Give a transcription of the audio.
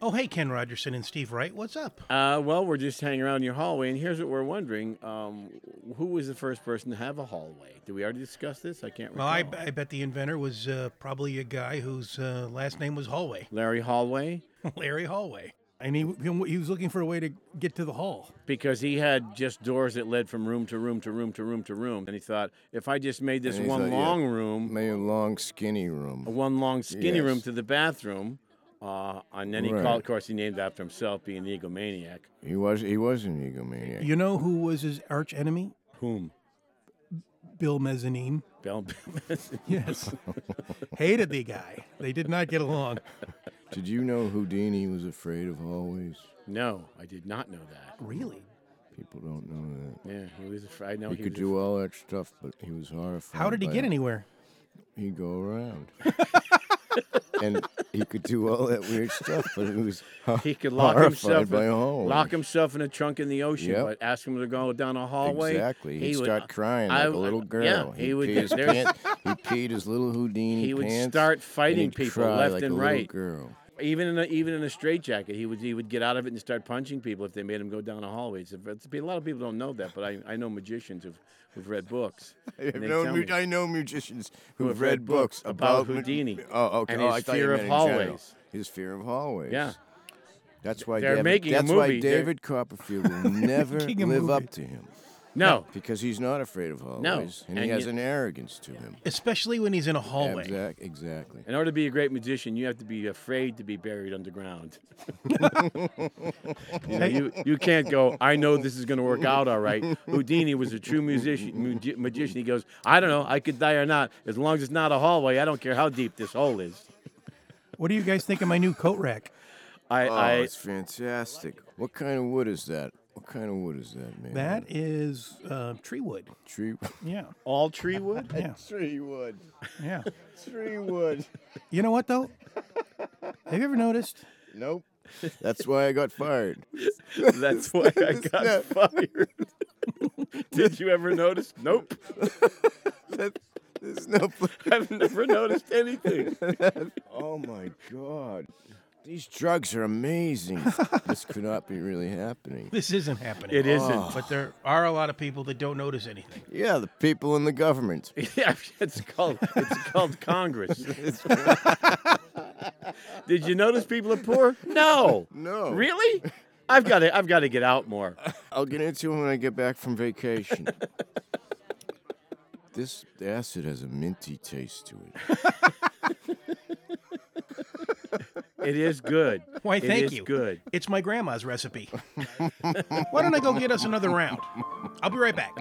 Oh, hey, Ken Rogerson and Steve Wright. What's up? Uh, well, we're just hanging around your hallway, and here's what we're wondering: um, Who was the first person to have a hallway? Did we already discuss this? I can't Well, recall. Oh. I, I bet the inventor was uh, probably a guy whose uh, last name was Hallway, Larry Hallway, Larry Hallway. And he he was looking for a way to get to the hall. because he had just doors that led from room to room to room to room to room, and he thought, if I just made this And he one thought, yeah. long room, Maybe a long, skinny room. one long skinny room Yes. to the bathroom, uh, and then he Right. called. Of course, he named it after himself, being the egomaniac. He was he was an egomaniac. You know who was his arch enemy? Whom? Bill Mezzanine. Bell. Yes. Hated the guy. They did not get along. Did you know Houdini was afraid of hallways? no, I did not know that. Really? People don't know that. Yeah, he was. af- I know He, he, could was. do all that stuff, but he was horrified. How did he by get it. anywhere? He'd go around. and he could do all that weird stuff, but he was ho- He could lock horrified himself, by in, hallways. lock himself in a trunk in the ocean, Yep. but ask him to go down a hallway. Exactly. He'd would- start crying like I- a little girl. Yeah, he, would. pee get- his there's- pant- he peed his little Houdini He would pants, start and fighting he'd people cry left like and a little right. Girl. even in a, even in a straitjacket, he would he would get out of it and start punching people if they made him go down a hallway. It's a, it's a lot of people don't know that, but I, I know magicians who've who've read books. and they tell me. I know musicians who've who've read books about, about Houdini Oh, okay. and oh, his I thought you fear of meant in general. hallways. His fear of hallways. Yeah. That's why They're David, making a that's movie. why They're- David Copperfield will never Making a live movie. up to him No, because he's not afraid of hallways and, and he has you- an arrogance to him. Especially when he's in a hallway. Exact, exactly. in order to be a great magician, you have to be afraid to be buried underground. you, know, you you can't go. I know this is going to work out all right. Houdini was a true musician magi- magician. He goes, I don't know. I could die or not. As long as it's not a hallway, I don't care how deep this hole is. What do you guys think of my new coat rack? I, Oh, I it's fantastic. What kind of wood is that? What kind of wood is that, man? That is uh, tree wood. tree Yeah. all tree wood. Yeah. tree wood. Yeah. Tree wood. You know what though? Have you ever noticed? Nope. That's why I got fired. That's why I got fired. Did you ever notice? Nope. That- There's no. pla- I've never noticed anything. Oh my God. These drugs are amazing. this could not be really happening. This isn't happening. It isn't. But there are a lot of people that don't notice anything. Yeah, the people in the government. Yeah, it's called it's called Congress. Did you notice people are poor? No. No. Really? I've got to I've got to get out more. I'll get into it when I get back from vacation. this acid has a minty taste to it. It is good. Why, It thank is you. good. It's my grandma's recipe. Why don't I go get us another round? I'll be right back.